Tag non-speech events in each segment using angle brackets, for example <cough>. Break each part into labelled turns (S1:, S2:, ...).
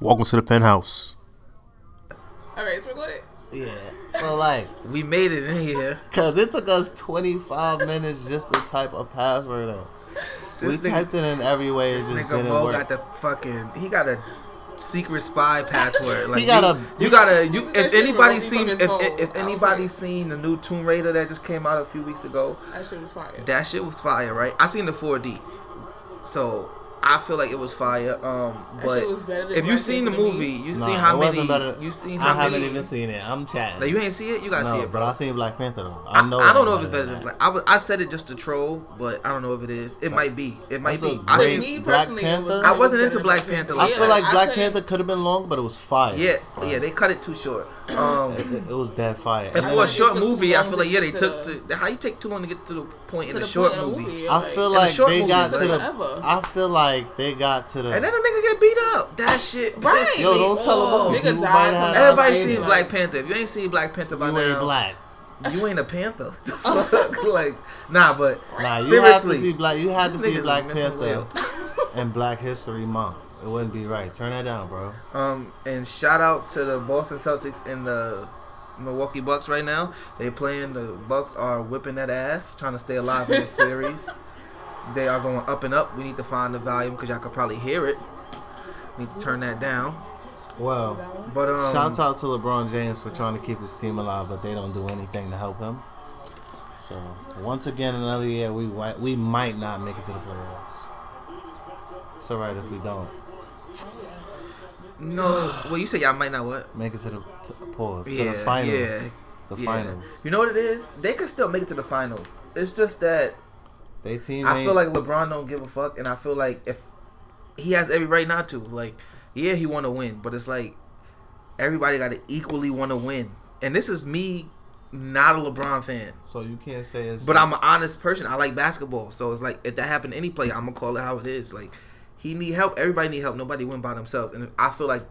S1: Welcome to the penthouse.
S2: All right, so we're going to.
S3: Yeah. So like,
S4: We made it in here.
S3: cause it took us 25 minutes just to type a password in. We
S4: This nigga-
S3: typed it in every way. It <laughs> just
S4: Nigga
S3: didn't
S4: Mo
S3: work.
S4: got the fucking. He got a secret spy
S3: <laughs>
S4: password. Like
S3: got
S4: you,
S3: a-
S4: You got a. You,
S2: That shit
S4: if
S2: can remote
S4: anybody
S2: me
S4: seen
S2: from
S4: if,
S2: his
S4: if,
S2: phone.
S4: if
S2: I don't
S4: anybody
S2: think-
S4: seen the new Tomb Raider that just came out a few weeks ago,
S2: That shit was fire.
S4: that shit was fire, right? I seen the 4D, so I feel like it was fire. Um,
S2: That
S4: but
S2: shit was better than
S4: if you
S2: Resident
S4: seen the
S2: Evil to me.
S4: movie, you
S3: Nah,
S4: seen how
S3: it
S4: many.
S3: wasn't better.
S4: You seen
S3: I
S4: how
S3: haven't
S4: many.
S3: even seen it. I'm chatting.
S4: Like, you ain't see it. You gotta
S3: no,
S4: see it, bro.
S3: but I seen Black Panther though.
S4: I,
S3: I know.
S4: I
S3: it ain't
S4: don't know if it's better than
S3: that.
S4: black. I, was, I said it just to troll, but I don't know if it is. It might be. It might
S3: That's a
S4: be. I
S3: great-
S4: didn't-
S2: Me
S3: Black
S2: personally, it
S3: Panther?
S2: was,
S4: I wasn't
S2: it
S4: into
S2: was better than
S4: Black Panther.
S3: I
S4: Yeah,
S3: feel like, Black
S2: couldn't-
S3: Panther could have been long, but it was fire.
S4: yeah, yeah, they cut it too short.
S3: <laughs>
S4: Um,
S3: It, it was that fire.
S4: and
S3: And
S4: for a
S3: then-
S2: it
S4: short
S2: took too
S4: movie, I
S2: long
S4: feel
S2: to
S4: like yeah, they
S2: get to
S4: took
S2: the-
S4: to. How you take too long to get to the point in
S2: To
S4: a
S2: the
S4: short
S2: point of the
S4: movie?
S2: movie,
S3: I
S2: like-
S3: feel
S4: the
S3: like
S4: short
S3: they
S4: movie
S3: got
S4: was
S3: to the.
S2: forever.
S3: I feel like they got to
S4: And then
S3: the.
S4: the nigga get beat up. That shit.
S2: Right.
S4: pissed
S3: Yo,
S4: me
S3: don't tell
S4: off.
S3: them.
S2: Nigga
S3: you
S2: died
S3: might have
S2: from
S3: not
S2: that.
S4: Everybody
S3: seen
S4: seen
S3: it.
S2: Like-
S4: Black Panther. If you ain't seen Black Panther by
S3: You
S4: now,
S3: ain't black.
S4: you ain't a panther. <laughs>
S2: <laughs>
S4: The fuck? like, nah, but
S3: Nah, you have to
S4: seriously,
S3: see Black. You had to
S4: This
S3: see
S4: nigga's
S3: Black
S4: missing
S3: Panther
S4: <laughs>
S3: and Black History Month. It wouldn't be right. Turn that down, bro.
S4: Um, and shout out to the Boston Celtics and the Milwaukee Bucks right now. They playing the Bucks are whipping that ass, trying to stay alive in the series. They are going up and up. We need to find the volume because y'all could probably hear it. Need to turn that down.
S3: Well,
S4: But um,
S3: shouts out to LeBron James for trying to keep his team alive, but they don't do anything to help him. So once again, another year we wi- we might not make it to the playoffs. It's alright if we don't
S4: no, well you said y'all might not what.
S3: make it to the t- pause to
S4: Yeah,
S3: the finals. The
S4: Yeah.
S3: finals.
S4: You know what it is? They could still make it to the finals. It's just that
S3: They team.
S4: I
S3: ain't-
S4: feel like LeBron don't give a fuck, and I feel like if he has every right not to, like, yeah, he want to win, but it's like everybody got to equally want to win. And this is me, not a LeBron fan,
S3: so. You can't say it's.
S4: but I'm an honest person. I like basketball, so it's like if that happened to any player, I'm gonna call it how it is. Like, he need help. Everybody need help. Nobody win by themselves, and I feel like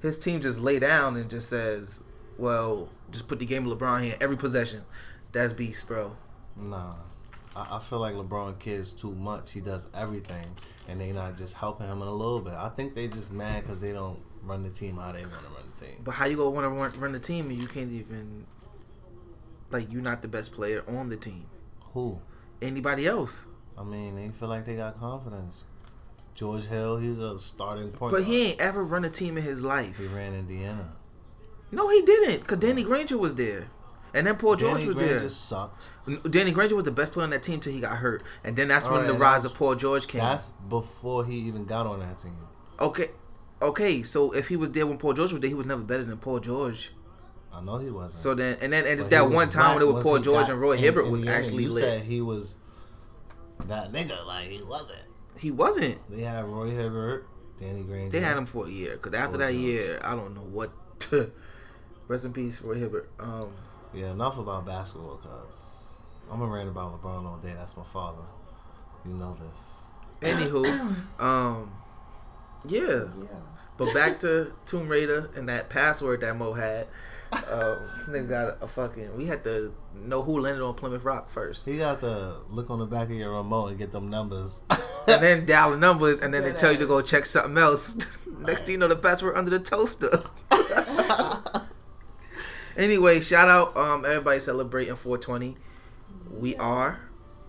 S4: his team just lay down and just says, "Well, just put the game of LeBron here every possession." That's beast, bro.
S3: Nah, I, I feel like LeBron cares too much. He does everything, and they not just helping him in a little bit. I think they just mad because they don't run the team how they want to run the team.
S4: But how you gonna want to run, run the team and you can't even like you're not the best player on the team?
S3: Who?
S4: Anybody else?
S3: I mean, they feel like they got confidence. George Hill, he's a starting point.
S4: But he
S3: guard.
S4: ain't ever run a team in his life.
S3: he ran Indiana.
S4: No, he didn't. Cause Danny Granger was there, and then Paul George
S3: Danny
S4: was
S3: Green
S4: there.
S3: just sucked.
S4: Danny Granger was the best player on that team till he got hurt, and then that's when
S3: Alright,
S4: the rise
S3: that's-
S4: of Paul George came.
S3: That's before he even got on that team.
S4: Okay, okay. So if he was there when Paul George was there, he was never better than Paul George.
S3: I know he wasn't.
S4: So then, and then, and
S3: But he
S4: that
S3: was
S4: one
S3: whack
S4: time when it was
S3: once
S4: Paul
S3: he
S4: George
S3: got
S4: and Roy
S3: in
S4: Hibbert was
S3: Indiana.
S4: actually
S3: You
S4: lit.
S3: said he was that nigga. Like he wasn't.
S4: He wasn't.
S3: They had Roy Hibbert, Danny Granger.
S4: They had him for a year. Cause after
S3: Or
S4: that
S3: Jones.
S4: year, I don't know what. Rest in peace, Roy Hibbert. Um,
S3: Yeah, enough about basketball, cause I'm gonna rant about LeBron all day. That's my father. You know this.
S4: anywho, um, yeah. But back to Tomb Raider and that password that Mo had. Um, this nigga got a, fucking. We had to know who landed on Plymouth Rock first,
S3: He got to look on the back of your remote and get them numbers. <laughs>
S4: and then dial the numbers, and then they
S2: Dead
S4: tell you to go
S2: ass.
S4: check something else. <laughs> Next thing you know, the password under the toaster. <laughs> Anyway, shout out um everybody celebrating 420. We are,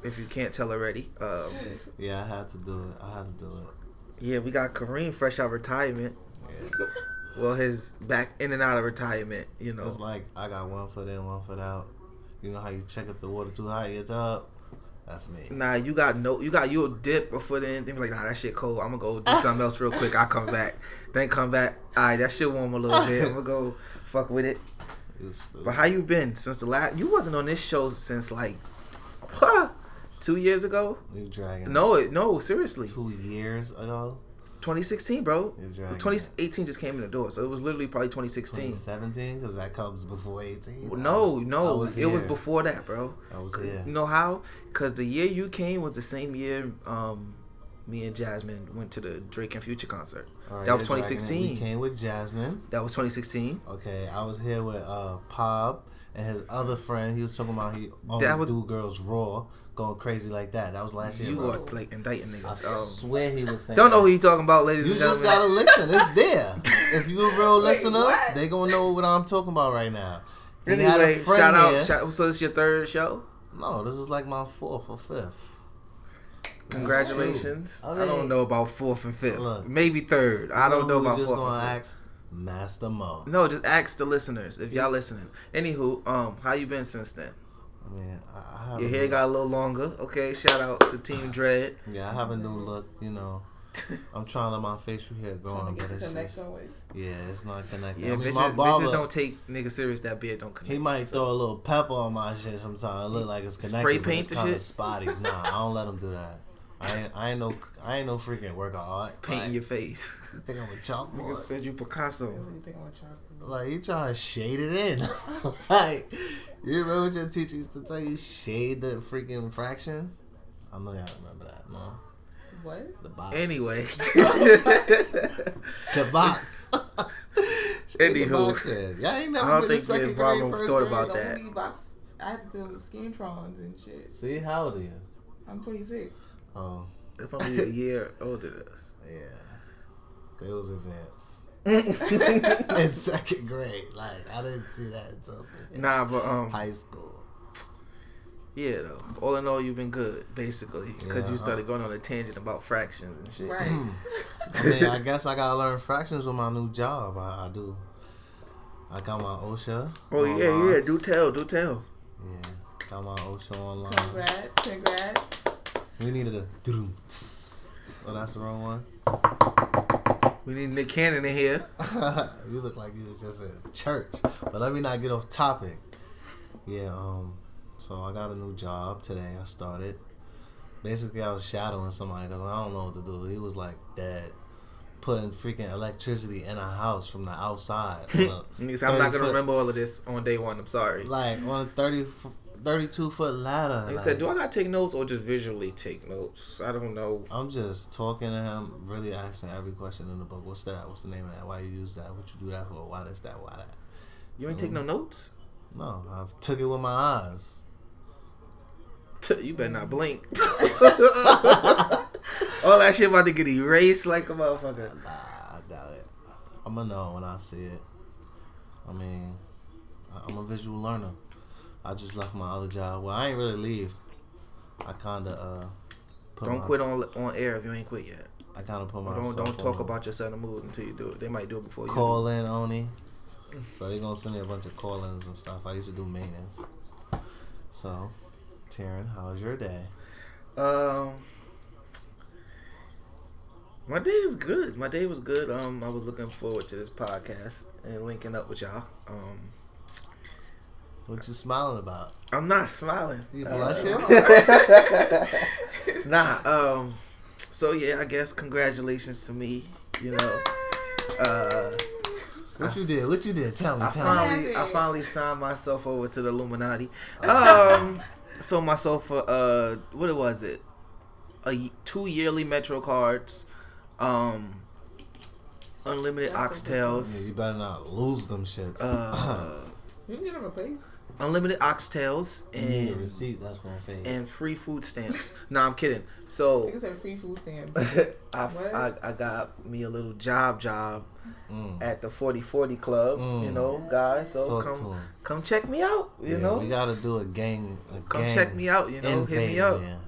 S4: if you can't tell already. Um,
S3: yeah, I had to do it. I had to do it.
S4: yeah, we got Kareem fresh out of retirement.
S3: Yeah.
S4: Well, his back in and out of retirement, you know.
S3: It's like I got one foot in, one foot out. You know how you check if the water too high, it's up. That's me.
S4: Nah, you got no, you got you'll dip a foot in. Then be like, nah, that shit cold. I'm gonna go do something else real quick. I come back, then come back. All right, that shit warm a little
S3: <laughs>
S4: bit. I'm gonna go fuck with it.
S3: You stupid.
S4: But how you been since the last? You wasn't on this show since like, two years ago.
S3: You dragging
S4: No, it, no, seriously.
S3: two years ago.
S4: 2016, bro.
S3: You're dragging it.
S4: 2018 just came in the door, so it was literally probably 2016.
S3: 2017, because that comes before 18.
S4: No, no,
S3: I
S4: it was
S3: here.
S4: before that, bro.
S3: I was
S4: 'Cause-
S3: here.
S4: You know how? Because the year you came was the same year um, me and Jasmine went to the Drake and Future concert.
S3: Alright,
S4: that was
S3: you're dragging it. We
S4: 2016.
S3: came with Jasmine.
S4: That was 2016.
S3: Okay, I was here with uh Pob and his other friend. He was talking about he only
S4: That was-
S3: do girls raw, going crazy like that. That was last year.
S4: you
S3: bro.
S4: are like indicting
S3: I
S4: niggas. Um,
S3: swear he was saying.
S4: don't know who
S3: that.
S4: you talking about, ladies
S3: You
S4: and
S3: just
S4: gentlemen. <laughs>
S3: gotta listen. It's there. if you a real
S2: Wait,
S3: listener,
S2: what?
S3: they gonna know what I'm talking about right now. He had a
S4: Anyway,
S3: friend
S4: shout out.
S3: here-
S4: Shout, so this your third show.
S3: no, this is like my fourth or fifth. This is
S4: Congratulations.
S3: true.
S4: I don't
S3: Okay.
S4: know about fourth and fifth.
S3: Look.
S4: Maybe third. I
S3: You
S4: don't know
S3: who's
S4: about
S3: just
S4: fourth.
S3: gonna
S4: and fifth.
S3: ask Master Mo.
S4: No, just ask the listeners if y'all
S3: Yes.
S4: listening. Anywho, um, how you been since then?
S3: I mean, I, I have
S4: Your
S3: a
S4: hair
S3: new-
S4: got a little longer. Okay, shout out to Team
S3: <laughs>
S4: Dread.
S3: yeah, I have a new look. You know, I'm trying to let my facial hair
S2: Trying
S3: going,
S2: to
S3: but
S2: get the
S3: it's
S2: connect
S3: just,
S2: going.
S3: yeah, it's not connecting.
S4: Yeah,
S3: I mean, my
S4: bitches, bitches
S3: barber,
S4: don't take niggas serious. That beard don't
S3: he
S4: connect.
S3: might throw a little pepper on my shit sometimes. It look like it's connected,
S4: Spray
S3: but
S4: paint
S3: it's
S4: the
S3: kind of
S4: shit?
S3: spotty. Nah, I don't let him do that. I ain't, I ain't no, I ain't no freaking work of art.
S4: Painting
S3: Like, <laughs>
S4: your face.
S3: you think I'm a
S4: Niggas
S3: chalkboard?
S4: said you Picasso.
S2: What do you think I'm a child?
S3: Like you trying to shade it in? <laughs> like you remember what your teacher used to tell you? Shade the freaking fraction. I know y'all remember that. No,
S2: What?
S3: the box. <laughs>
S4: Anyway. <laughs>
S3: the box. Shade the
S4: Anywho.
S3: box in. Y'all ain't
S4: I
S3: never been
S4: don't
S3: to
S4: think me
S3: second
S4: and
S3: grade,
S4: Barbara
S3: first
S4: thought
S3: grade.
S4: about
S2: So
S4: that.
S2: we box. I had to deal with skin traumas and shit.
S3: See how old are you?
S2: I'm
S3: <laughs>
S2: 26.
S3: Oh
S4: That's only a year older than us.
S3: yeah, they was
S4: <laughs>
S3: advanced. <laughs> in second grade, like I didn't see that until
S4: Nah, but um,
S3: high school.
S4: yeah though. All in all, you've been good basically because
S3: Yeah, uh-huh.
S4: you started going on a tangent about fractions and shit.
S2: Right.
S3: I mean, I guess I gotta learn fractions with my new job. I, I do. I got my OSHA.
S4: Oh yeah,
S3: online.
S4: yeah. Do tell, do tell.
S3: Yeah, got my OSHA online.
S2: Congrats. Congrats.
S3: We needed a. doo-doo, tss. Oh, that's the wrong one.
S4: We need Nick Cannon in here.
S3: <laughs> you look like you was just at church. But let me not get off topic. Yeah, um, so I got a new job today. I started. Basically, I was shadowing somebody because I don't know what to do. He was like dead, putting freaking electricity in a house from the
S4: <laughs>
S3: outside. on a
S4: Niggas, I'm not gonna
S3: 30 foot-
S4: remember all of this on day one. I'm sorry.
S3: Like on a 30, f- 32 foot ladder.
S4: He
S3: like,
S4: said, "Do I gotta take notes or just visually take notes? I don't know."
S3: I'm just talking to him, really asking every question in the book. What's that? What's the name of that? Why you use that? What you do that for? Why this? That? Why that?
S4: You ain't take
S3: Mm-hmm.
S4: no notes.
S3: No, I took it with my eyes.
S4: You better not blink. <laughs> all that shit about to get erased like a motherfucker.
S3: Nah, I doubt it. I'm gonna know when I see it. I mean, I- I'm a visual learner. I just left my other job. Well, I ain't really leave. I kinda uh. Put
S4: Don't
S3: my-
S4: quit on on air if you ain't quit yet.
S3: I kinda put my.
S4: Don't don't talk about yourself in the mood until you do it. They might do it before you. do.
S3: call in only. So they gonna send me a bunch of call ins and stuff. I used to do maintenance. So, Taryn, how was your day?
S4: Um, my day is good. My day was good. Um, I was looking forward to this podcast and linking up with y'all. Um,
S3: What you smiling about?
S4: I'm not smiling.
S3: You
S4: Uh, <laughs>
S3: blushing?
S4: nah. Um, so yeah, I guess congratulations to me. You know, uh,
S3: what you did? What you did? Tell me,
S4: I
S3: tell me.
S4: finally, I finally signed myself over to the
S3: <laughs>
S4: Illuminati. Um, sold myself for uh, what was it? A y- two yearly Metro cards, um, unlimited
S2: That's so
S3: Yeah,
S4: oxtails,
S3: you better not lose them shits.
S4: uh,
S3: <coughs>
S2: You can get him a place.
S4: unlimited oxtails,
S3: you need a
S4: and
S3: receipt. That's one thing.
S4: and free food stamps. <laughs> no, nah, I'm kidding. So <laughs>
S2: Niggas have free food stamps.
S4: I,
S2: What?
S4: I I got me a little job job
S3: Mm.
S4: at the 4040 Club. You
S3: Mm.
S4: know, guys. So
S3: Talk to
S4: come
S3: him.
S4: come check me out. You
S3: yeah,
S4: know.
S3: we gotta do a gang. A
S4: Come
S3: gang
S4: check me out, you know, hit me
S3: invading,
S4: up.
S3: Yeah.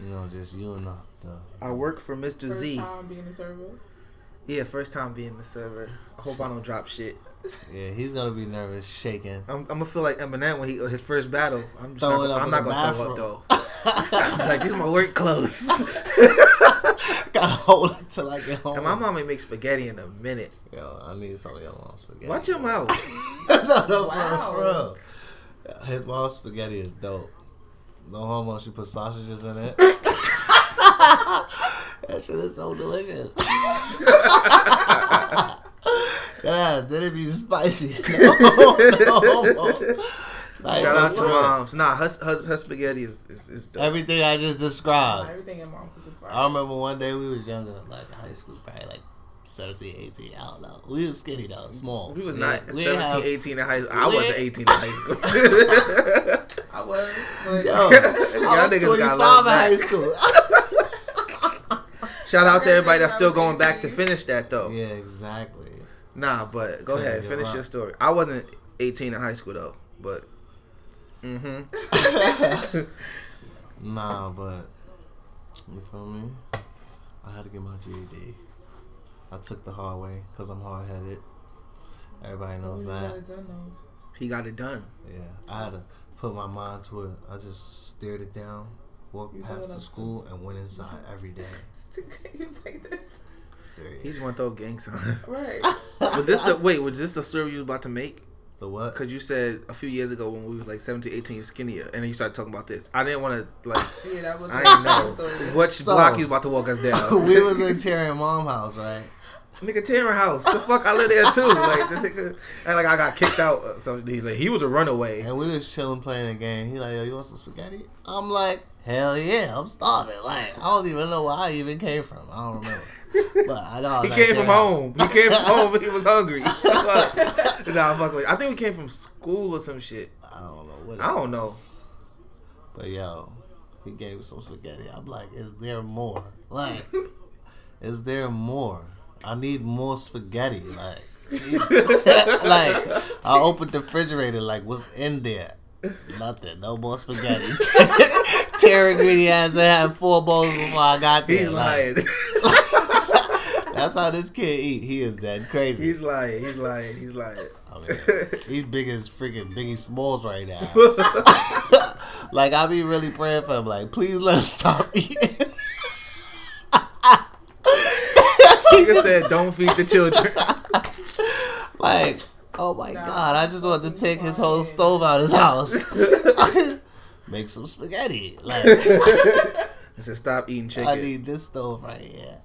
S3: You know, just you and the. the
S4: I work for Mr.
S2: First
S4: Z.
S2: time being a server.
S4: Yeah, first time being the server. I hope I don't drop shit.
S3: yeah, he's gonna be nervous, shaking. <laughs>
S4: I'm, I'm gonna feel like Eminem when he uh, his first battle. I'm just
S3: Throw
S4: not,
S3: it up
S4: I'm
S3: in
S4: not
S3: the
S4: gonna throw up
S3: <laughs>
S4: though. <laughs> like these my work clothes. <laughs>
S3: gotta hold it till I get home.
S4: and my mama makes spaghetti in a minute.
S3: Yo, I need some of your mom's spaghetti.
S4: Watch your mouth. <laughs>
S3: no, no,
S2: Wow.
S3: for real, for real. His mom's spaghetti is dope. No homo, she put sausages in it. that shit is so delicious. yeah, then it be spicy. <laughs> <laughs> No, homo. Like,
S4: Shout out to
S3: <laughs> for real.
S4: moms. Nah, her, her, her spaghetti is is, is dope.
S3: Everything I just described.
S2: Everything in mom cook is fine.
S3: I remember one day we was younger, like high school, probably like 17, 18. I don't know. We was skinny though, small.
S4: We was
S3: Yeah,
S4: not
S3: we
S4: 17,
S3: didn't have-
S4: 18 in high school. I
S3: we-
S4: wasn't 18 in high school.
S3: <laughs>
S4: <laughs>
S2: I was, but
S3: Yo, I
S4: Y'all
S3: was
S4: niggas got
S3: 25 in
S4: love back.
S3: high school. <laughs>
S4: Shout out to everybody that's
S2: I
S4: still
S2: was
S4: going back to
S2: 18.
S4: finish that though.
S3: yeah, exactly.
S4: Nah, but go
S3: Couldn't
S4: ahead,
S3: give
S4: finish
S3: up.
S4: your story. I wasn't 18 in high school though, but. Mm-hmm.
S3: Nah, but you feel me? I had to get my GED. I took the hard way because I'm hard headed. Everybody knows
S2: You
S3: that.
S2: got it done though.
S4: He got it done.
S3: Yeah, I had to put my mind to it. I just stared it down, walked
S2: You
S3: past
S2: doing
S3: the
S2: a-
S3: school, and went inside every day.
S2: <laughs> he was like this.
S3: Serious. <laughs>
S4: He's one throw gang sign.
S2: Right.
S4: was this the wait? Was this the story you was about to make?
S3: the
S4: <laughs>
S3: what? <laughs>
S4: Because you said a few years ago when we was like 17, 18, skinnier, and then you started talking about this. I didn't want to like.
S2: <laughs> Yeah, that was.
S4: I didn't know <laughs>
S2: Story.
S4: what
S3: So-
S4: block you about to walk us down.
S3: <laughs> we
S4: <laughs>
S3: was in Terry and Mom house, right?
S4: nigga, Tanner House. The fuck, I live there too. Like, the nigga, and like I got kicked out. or something. he's like, he was a runaway.
S3: And we was chilling playing a game. He like, yo, you want some spaghetti? I'm like, hell yeah, I'm starving. Like, I don't even know where I even came from. I don't
S4: <laughs>
S3: remember. but I know I
S4: He
S3: was at
S4: came from
S3: Terry House.
S4: home. He came from home, but he was hungry. Fuck. nah, fuck with. you. I think we came from school or some shit.
S3: <laughs> I don't know what.
S4: I
S3: it
S4: don't know.
S3: was. But yo, he gave me some spaghetti. I'm like, is there more?
S4: <laughs>
S3: Like, is there more? I need more spaghetti. Like, Jesus. <laughs>
S4: <laughs>
S3: like I opened the refrigerator. Like, what's in there? Nothing. No more spaghetti. <laughs> Terry greedy ass. I had four bowls before I got there.
S4: He's
S3: <laughs>
S4: lying. <laughs>
S3: That's how this kid eat. He is that crazy.
S4: he's lying. He's lying. He's
S3: <laughs>
S4: lying.
S3: I mean, he's big as freaking Biggie Smalls right now. like I be really praying for him. Like, please let him stop eating. <laughs>
S4: Nigga said, "Don't feed the children."
S3: like, oh my
S2: Nah,
S3: god, I just want to take his whole
S2: quiet.
S3: stove out his house. Make some spaghetti. Like,
S4: He said, "Stop eating chicken."
S3: I need this stove right here.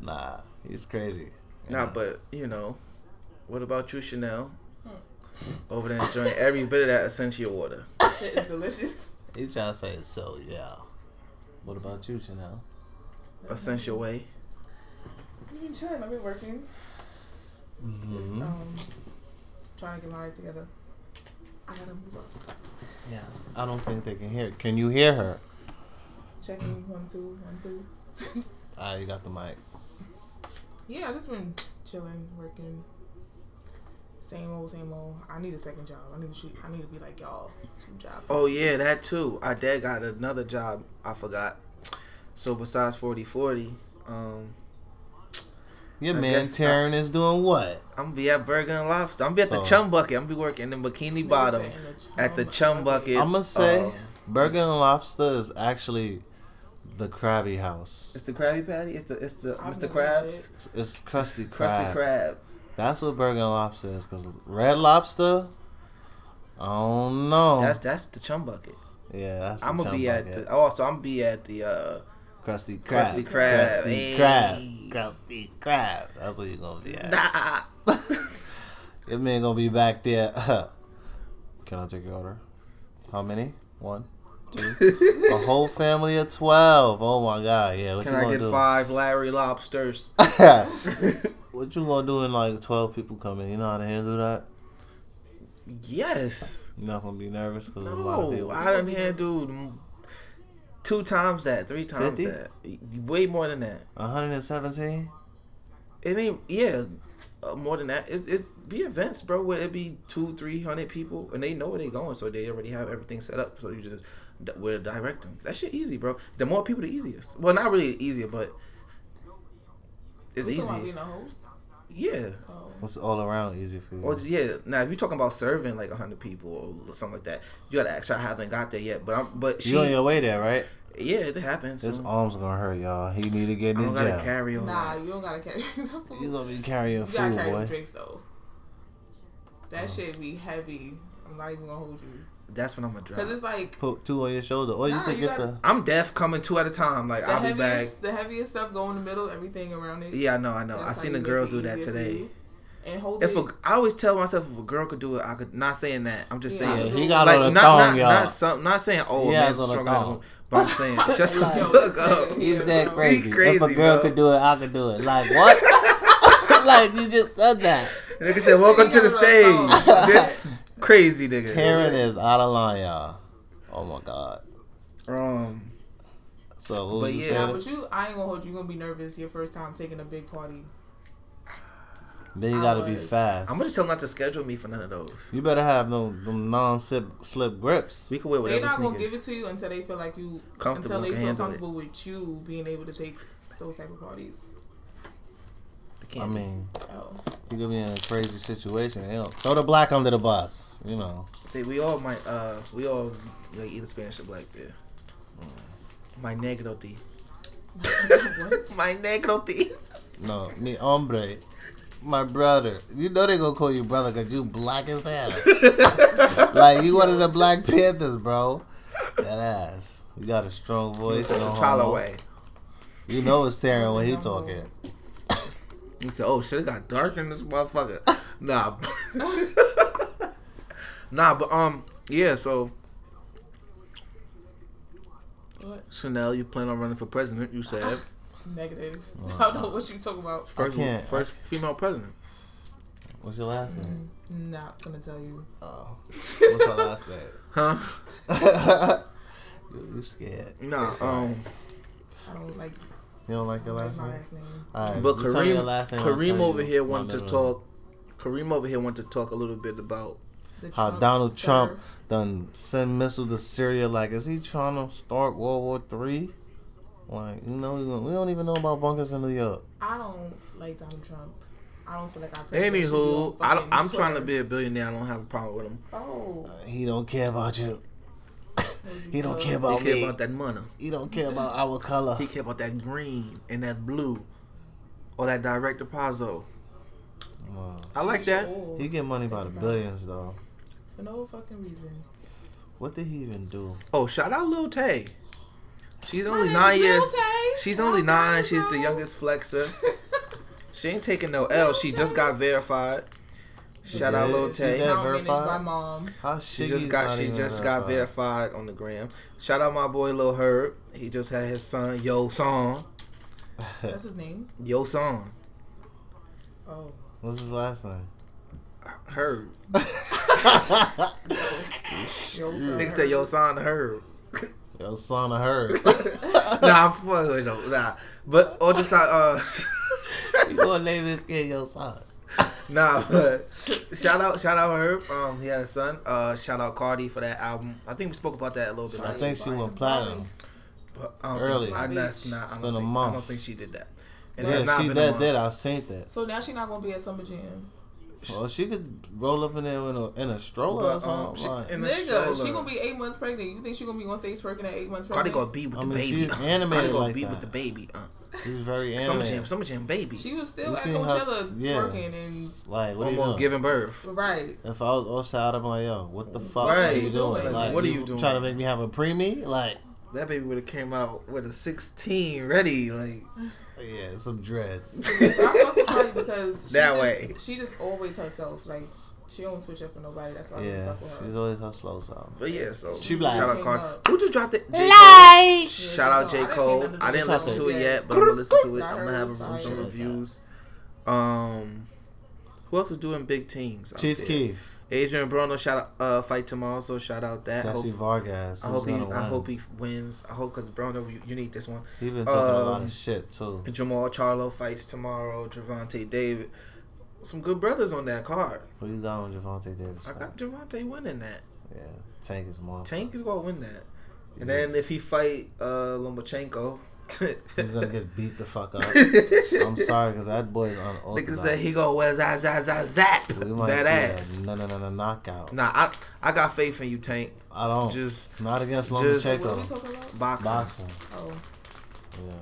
S3: Nah, he's crazy.
S4: Nah,
S3: Yeah.
S4: but you know, what about you, Chanel? Over there enjoying every bit of that essential water.
S2: Shit is delicious.
S3: he trying to say so. Yeah. What about you, Chanel?
S4: Essential way.
S2: I've been chilling. I've been working. Just
S3: Mhm.
S4: Mm-hmm.
S2: um, trying to get my life together. I gotta move up.
S3: Yes. I don't think they can hear. Can you hear her?
S2: Checking one two one two.
S3: Ah, you got the mic.
S2: Yeah, I just been chilling, working. Same old, same old. I need a second job. I need to shoot. I need to be like y'all. Two jobs.
S4: Oh yeah, that too. I dad got another job. I forgot. So besides 40-40, um,
S3: Your
S4: I
S3: man
S4: guess
S3: Taryn is doing what?
S4: I'm gonna be at Burger and Lobster. I'm gonna be at the
S3: So-
S4: Chum Bucket. I'm gonna be working in Bikini
S2: Nigga
S4: Bottom
S2: said in
S4: at the Chum Bucket.
S3: I'ma say-
S4: um,
S3: Burger and Lobster is actually the Krabby House.
S4: It's the Krabby Patty. It's the it's the
S2: I've
S4: Mr.
S2: never had
S4: Krabs.
S2: it.
S3: It's, it's Krusty
S4: Krusty
S3: Krab.
S4: Krab.
S3: That's what Burger and Lobster is. Cause Red Lobster, I don't know.
S4: That's that's the Chum Bucket.
S3: yeah, that's
S4: I'm
S3: Um, the
S4: gonna
S3: chum
S4: be at
S3: bucket.
S4: the oh, so I'm gonna be at the uh
S3: Krusty Krab.
S4: Krusty Krab.
S3: Krusty
S4: Hey.
S3: Krab. Krusty Krab. That's what you're gonna be at.
S4: nah.
S3: Your man gonna be back there. <laughs> Can I take your order? How many? One,
S4: <laughs>
S3: two. A whole family of twelve. Oh my god. Yeah. What
S4: <laughs> Can
S3: you
S4: I
S3: gonna
S4: get
S3: do?
S4: five Larry Lobsters?
S3: <laughs> what you gonna do when like twelve people come in? You know how to handle that?
S4: yes.
S3: You're not gonna be nervous because a lot of
S4: No,
S3: people.
S4: I done had dude m- two times that, three times
S3: 50?
S4: that, way more than that.
S3: One hundred and seventeen.
S4: It ain't yeah, uh, more than that. It's, it's be events, bro, where it be two, three hundred people, and they know where they going, so they already have everything set up. So you just d- where to direct them. That shit easy, bro. The more people, the easiest. Well, not really easier, but it's
S2: We talking about
S4: easy.
S2: being a host?
S4: Yeah.
S2: Oh.
S3: It's all around easy for you.
S4: Or yeah, now if you're talking about serving like hundred people or something like that, you gotta actually I haven't got there yet. But I'm but she
S3: you on your way there, right?
S4: yeah, it happens.
S3: His
S4: so
S3: arm's gonna hurt, y'all. He need to
S4: I
S3: get in
S4: don't
S3: the
S4: gotta
S3: jail.
S4: carry on.
S2: Nah, you don't gotta carry <laughs> the food.
S3: you
S2: You
S3: gonna be carrying
S2: gotta
S3: food,
S2: carry the
S3: boy.
S2: drinks though. That shit be heavy. I'm not even gonna hold you
S4: That's when I'm gonna
S2: because
S4: drive.
S2: it's like
S3: Put two on your shoulder, or you
S2: Nah,
S3: could
S2: you
S3: get
S2: gotta-
S4: I'm deaf, coming two at a time. Like
S2: the
S4: I'll be back.
S2: heaviest. The heaviest stuff go in the middle. Everything around it.
S4: Yeah, I know, I know. I
S2: That's how
S4: seen
S2: you
S4: a
S2: make
S4: girl
S2: it
S4: do that
S2: easier for
S4: today.
S2: you. And hold
S4: If
S2: it.
S4: a, I always tell myself if a girl could do it, I could. Not saying that. I'm just
S2: Yeah,
S3: the.
S2: I
S3: Yeah,
S4: saying
S2: was
S3: he
S2: on-
S3: got
S4: like
S3: on
S4: not
S3: a thong,
S4: not,
S3: y'all.
S4: not some. Not saying oh
S3: Yeah, I
S4: man's
S3: was on a
S4: stronger.
S3: thong.
S4: than a- But
S2: <laughs>
S4: I'm saying shut the
S3: Like-
S4: fuck
S2: nigga
S4: up.
S2: here,
S3: He's that
S2: bro.
S3: crazy.
S4: crazy,
S3: If a girl
S4: bro.
S3: could do it, I could do it. Like what?
S4: <laughs>
S3: like you just said that.
S4: Nigga said, "Welcome to the
S2: Nigga got on a
S4: stage."
S2: thong.
S4: <laughs> This crazy nigga.
S3: Taryn is out of line, y'all. Oh my god.
S4: Um,
S3: So what
S4: But
S3: was you
S4: yeah.
S2: Nah,
S3: saying?
S2: but you, I ain't gonna hold you. You gonna be nervous your first time taking a big party.
S3: Then you
S2: I
S3: gotta be
S2: was.
S3: fast.
S4: I'm gonna just tell them not to schedule me for none of those.
S3: You better have them, them non-slip slip grips.
S4: We can wear
S2: They're
S4: whatever
S2: not gonna
S4: Oh, sneakers.
S2: give it to you until they feel like you
S4: Comfortable,
S2: until they
S4: can
S2: feel
S4: handle it.
S2: comfortable with you being able to take those type of parties.
S4: They can't.
S3: I mean,
S2: Oh,
S4: <laughs>
S3: you could be in a crazy situation. Hell, throw the black under the bus. You know,
S4: They- we all might. Uh, we all like either Spanish or black beer. My negro tea.
S2: what?
S4: <laughs> My negro tea.
S3: no, me hombre, my brother. You know they gonna call you brother because you black as hell. like you one of the Black Panthers, bro. That ass. You got a strong voice.
S4: It's a
S3: no
S4: T'Challa
S3: homo.
S4: way.
S3: You know it's staring when he
S2: No.
S3: talking.
S4: He said, "Oh shit, it got dark in this
S3: <laughs>
S4: motherfucker." nah, <laughs> nah, but um, yeah. So
S2: What?
S4: Chanel, you plan on running for president? You said
S2: Negative.
S4: Oh,
S2: I don't know what you talking about.
S4: first,
S3: can't.
S4: first female president.
S3: What's your last name?
S2: Not gonna tell you.
S3: Oh, what's your last
S4: Huh?
S3: name? <laughs> you, you scared?
S4: Nah.
S3: It's alright.
S4: Um,
S2: I don't like
S3: You don't like your
S2: my
S3: last name?
S2: last name.
S3: All right,
S4: but
S3: you tell me your
S4: Kareem,
S3: last name, I'll tell
S4: Kareem
S3: you
S4: over here
S3: my
S4: wanted to
S3: middle name.
S4: talk. Kareem over here wanted to talk a little bit about
S2: The
S3: How Donald
S2: sir.
S3: Trump done send missile to Syria? Like, is he trying to start World War Three? Like, you know, we don't- we don't even know about bunkers in New York.
S2: I don't like Donald Trump. I don't feel like I.
S4: Anywho, I don't, I'm trying to be a billionaire. I don't have a problem with him.
S2: Oh,
S3: He don't care about you. <laughs> He don't care
S4: He
S3: about
S4: care
S3: me.
S4: about that money.
S3: He don't care about our color.
S4: He care about that green and that blue, or that direct deposit.
S3: Wow.
S4: I like that.
S2: Old
S3: He get money by the billions, though.
S2: for no fucking reason.
S3: What did he even do?
S4: Oh, shout out Lil Tay. She's only
S2: name's
S4: nine
S2: Lil
S4: years.
S2: Tay. Oh
S4: She's
S2: I
S4: only
S2: know
S4: nine.
S2: you
S4: She's the
S2: know. <laughs>
S4: youngest flexer. She ain't taking no L. She just
S2: Tay.
S4: got verified. Shout out
S3: did?
S4: Lil
S3: She
S4: Tay.
S3: did?
S2: Account managed
S3: verified?
S2: by mom.
S3: How she
S4: She just got she just got verified on the gram. Shout out my boy Lil Herb. He just had his son Yo Song.
S2: That's his name.
S4: Yo Song.
S2: Oh,
S3: <laughs> What's his last name?
S4: Herb.
S2: Yo, sir.
S4: Nigga said Yo Song
S2: <laughs>
S4: Herb.
S3: Yo, son of her. <laughs>
S4: nah, I'm fucking with him. Nah. But or just uh
S3: you
S2: <laughs>
S3: gonna name his kid your son? <laughs>
S4: Nah, but shout out, shout out Herb. Um, he had a son. Uh, shout out Cardi for that album. I think we spoke about that a little bit.
S3: I
S4: last
S3: think
S4: week,
S3: she went platinum.
S4: but I don't
S3: early.
S4: Think, I, that's not. I
S3: It's
S4: don't
S3: been a
S4: think, I
S3: month.
S4: don't think she did that. And it's
S3: Yeah,
S4: not
S3: she
S4: been a
S3: that
S4: month.
S3: did. I seen that.
S2: So now she's not gonna be at Summer Jam.
S3: Well, she could roll up in there in a, in a stroller or
S4: But, um,
S3: something.
S4: she,
S3: like-
S4: in the
S2: Nigga,
S4: stroller.
S2: she gonna be eight months pregnant. You think she gonna be on stage twerking at eight months
S4: Cardi
S2: pregnant?
S4: gonna be with
S3: I
S4: the
S3: mean,
S4: baby.
S3: she's
S4: uh.
S3: animated
S4: Cardi gonna
S3: like
S4: be
S3: that.
S4: with the baby. Uh.
S3: She's very
S4: Summer
S3: animated.
S4: jam, summer jam, baby.
S2: She was still
S3: You
S2: at
S3: seen her-
S2: Coachella
S3: yeah,
S2: twerking and
S3: s- like what
S4: almost
S3: are you doing?
S4: giving birth.
S2: right.
S3: If I was outside, I'm like, yo, what the fuck are
S4: Right.
S3: you doing?
S2: Like,
S3: Like,
S4: what are you doing?
S3: Trying to make me have a preemie? Like,
S4: That baby would have came out with a sixteen ready. Like
S3: yeah, some dreads.
S2: But I fuck with Cardi because she
S4: That
S2: just,
S4: way.
S2: she just always herself. Like she don't switch up for nobody. That's why I really
S3: yeah,
S2: fuck with her.
S3: she's always her slow side.
S4: But yeah, so
S3: She black.
S4: Shout out
S2: Came
S4: Cardi.
S2: up.
S4: Who just dropped it? J. Cole. Shout out
S2: Yeah,
S4: J.
S2: J. Cole.
S4: Cole. I
S2: I
S4: didn't
S2: didn't
S4: listen to
S2: listen
S4: it
S2: to
S4: yet, but I'm gonna listen to it.
S2: I
S4: I'm
S2: heard
S4: gonna have
S2: it
S4: some
S2: was
S4: some
S2: fire.
S4: reviews. Um, who else is doing big teams? out
S3: Chief
S4: there?
S3: Keef,
S4: Adrian Bruno. Shout out uh, fight tomorrow. So shout out that.
S3: Jesse
S4: Hope-
S3: Vargas.
S4: I
S3: who's
S4: hope he.
S3: gonna win?
S4: I hope he wins. I hope because Bruno, you, you need this one.
S3: He been talking a lot
S4: Um,
S3: of shit too.
S4: Jamal Charlo fights tomorrow. Javante David. Some good brothers on that card.
S3: Who you got on Javante Davis?
S4: I
S3: for?
S4: got Javante winning that.
S3: Yeah, Tank is more.
S4: Tank is gonna win that. And then if he fight uh, Lomachenko.
S3: He's gonna
S4: <laughs>
S3: get beat the fuck up. I'm sorry, cause that boy's
S4: Nigga
S3: unorthodox.
S4: said he go where zap zap zap zap
S3: We might
S4: that
S3: see
S4: ass.
S3: a no no no no knockout.
S4: Nah, I I got faith in you, Tank.
S3: I don't.
S4: Just
S3: not against
S4: just-
S2: What are we
S3: Lomachenko.
S2: talking about?
S4: boxing.
S3: Boxing.
S2: Oh,
S3: Yeah.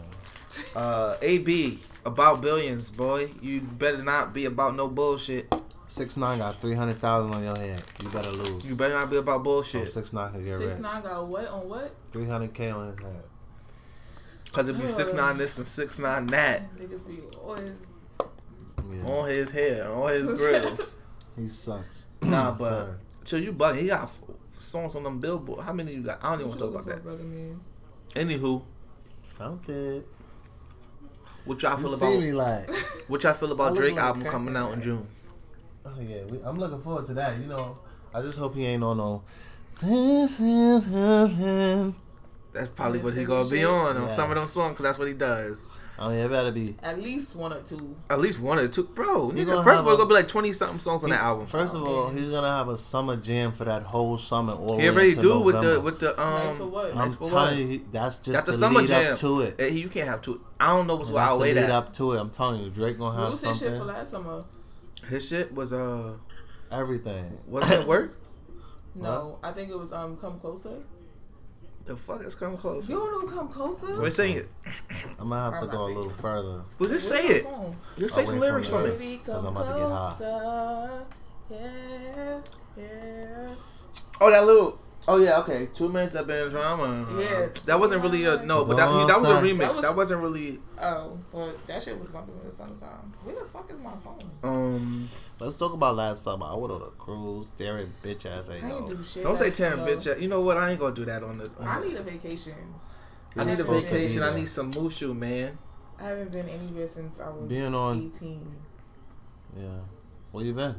S4: Uh, AB about billions, boy. You better not be about no bullshit.
S3: Six nine got three hundred thousand on your head. You better
S4: You
S3: lose.
S4: better not be about bullshit.
S3: six nine can get
S2: six
S3: rich.
S2: nine got what on what?
S3: Three hundred k on his head.
S4: Cause it be six nine this and six nine that
S2: Niggas be always
S3: Yeah.
S4: on his hair, on his grills.
S3: He sucks. <clears throat>
S4: Nah, but-
S3: Sorry.
S4: so you bugging? He got f- songs on them billboard. How many you got? I don't even
S2: what
S4: want
S2: you
S4: to
S2: looking
S4: talk
S2: for,
S4: about
S2: brother man.
S4: that. Anywho,
S3: found it.
S4: what y'all
S3: You
S4: feel
S3: see me
S4: about
S3: like.
S4: <laughs> what y'all feel
S3: I
S4: about
S3: look
S4: Drake
S3: like a
S4: album
S3: crackhead.
S4: coming out in June?
S3: Oh yeah, we, I'm looking forward to that. You know, I just hope he ain't on no. This is heaven.
S4: That's probably
S2: Yeah,
S4: what he's
S2: singing
S4: gonna be
S2: shit.
S4: on on some of them
S3: Yes.
S4: songs because that's what he does.
S3: I mean, Oh, it better be.
S2: At least one or two.
S4: At least one or two, bro.
S3: You
S4: Nigga,
S3: gonna
S4: first
S3: have
S4: of all,
S3: a-
S4: it's gonna be like twenty something songs on
S3: He-
S4: that album.
S3: First of all, he's gonna have a summer jam for that whole summer. All the
S4: he
S3: way
S4: already
S3: into
S4: do with
S3: November.
S4: the with the um.
S2: Nice for what?
S3: I'm
S4: Nice for
S3: telling
S4: what?
S3: you, he- that's just
S4: That's
S3: the,
S4: the summer
S3: lead
S4: jam.
S3: up to it.
S4: Eh, You can't have two. I don't know what's
S3: that's
S4: wow
S3: the
S4: way
S3: lead
S4: that.
S3: up to it. I'm telling you, Drake gonna
S2: What
S3: have
S2: was his
S3: something.
S2: shit for last summer?
S4: His shit was uh,
S3: Everything.
S4: what's that word?
S2: No, I think it was um Come Closer.
S4: The fuck is come close.
S2: You don't know Come Closer?
S4: We're saying it.
S3: I'm gonna have to go
S2: I'm not
S3: a
S2: saying-
S3: little further.
S4: Well, just say
S2: Where's
S4: it.
S2: my phone?
S4: Just say some
S3: Away
S4: lyrics
S3: from
S4: from
S3: the-
S4: it.
S2: Baby,
S3: 'Cause
S2: come
S3: I'm about to get high.
S2: closer. Yeah, yeah.
S4: Oh, that little. Oh yeah, okay. Two minutes of been drama.
S2: Yeah.
S4: that wasn't really a no, but that,
S3: Go
S4: that was a
S3: outside.
S4: remix.
S2: That was-
S4: that wasn't really
S2: Oh, well, that shit was bumping in the summertime. Where the fuck is my phone?
S4: um.
S3: Let's talk about last summer. I went on a cruise. Darren bitch ass ain't
S2: I ain't
S3: go.
S2: do shit.
S4: Don't say
S2: last
S4: ten,
S2: summer.
S4: bitch. You know what? I ain't gonna do that on the.
S2: I need a vacation.
S3: He
S4: I
S3: was
S4: need a
S3: supposed to be
S4: vacation. I
S3: there.
S4: need some mushu, man.
S2: I haven't been anywhere since I was
S3: Being on-
S2: 18.
S3: Yeah. Where you been?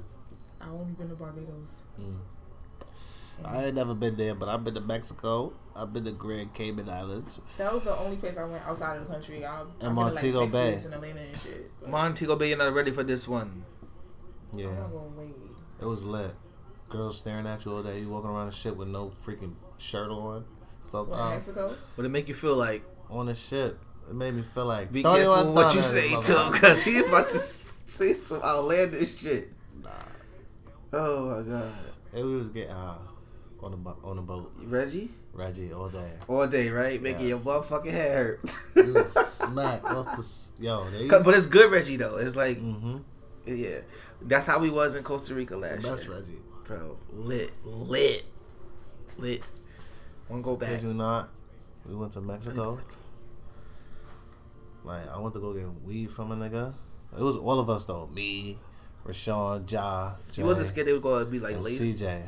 S2: I've only been to Barbados.
S3: Mm. I ain't never been there, but I've been to Mexico. I've been to Grand Cayman Islands.
S2: That was the only place I went outside of the country. I, I
S3: And
S2: did, like,
S3: Montego
S2: six
S3: Bay.
S2: weeks in Atlanta and shit. but
S4: Montego Bay, you're not ready for this one.
S2: I'm
S3: Yeah,
S2: not gonna wait.
S3: it was lit. Girls staring at you all day. You walking around the ship with no freaking shirt on.
S2: What,
S3: Sometimes
S2: Mexico?
S4: But it make you feel like
S3: on the ship, it made me feel like
S4: be
S3: 31
S4: careful what you
S3: thought
S4: say
S3: I
S4: to
S3: was
S4: him,
S3: like,
S4: cause he's about to say some outlandish shit. Oh my god,
S3: Hey, we was getting high on the bo- on the boat,
S4: Reggie,
S3: Reggie, all day.
S4: all day, right? Making
S3: Yes.
S4: your motherfucking head hurt. <laughs>
S3: We was smacked off the s- yo. They used,
S4: Cause- but it's good, Reggie. Though it's like,
S3: mm-hmm.
S4: yeah, that's how we was in Costa Rica last
S3: That's
S4: year,
S3: Reggie.
S4: bro. Lit, lit, lit. Won't go back.
S3: Did you not? We went to Mexico. Like I went to go get weed from a nigga. It was all of us though. Me, Rashawn, Ja, Jay,
S4: You wasn't scared they were gonna be like
S3: and
S4: laced.
S3: CJ.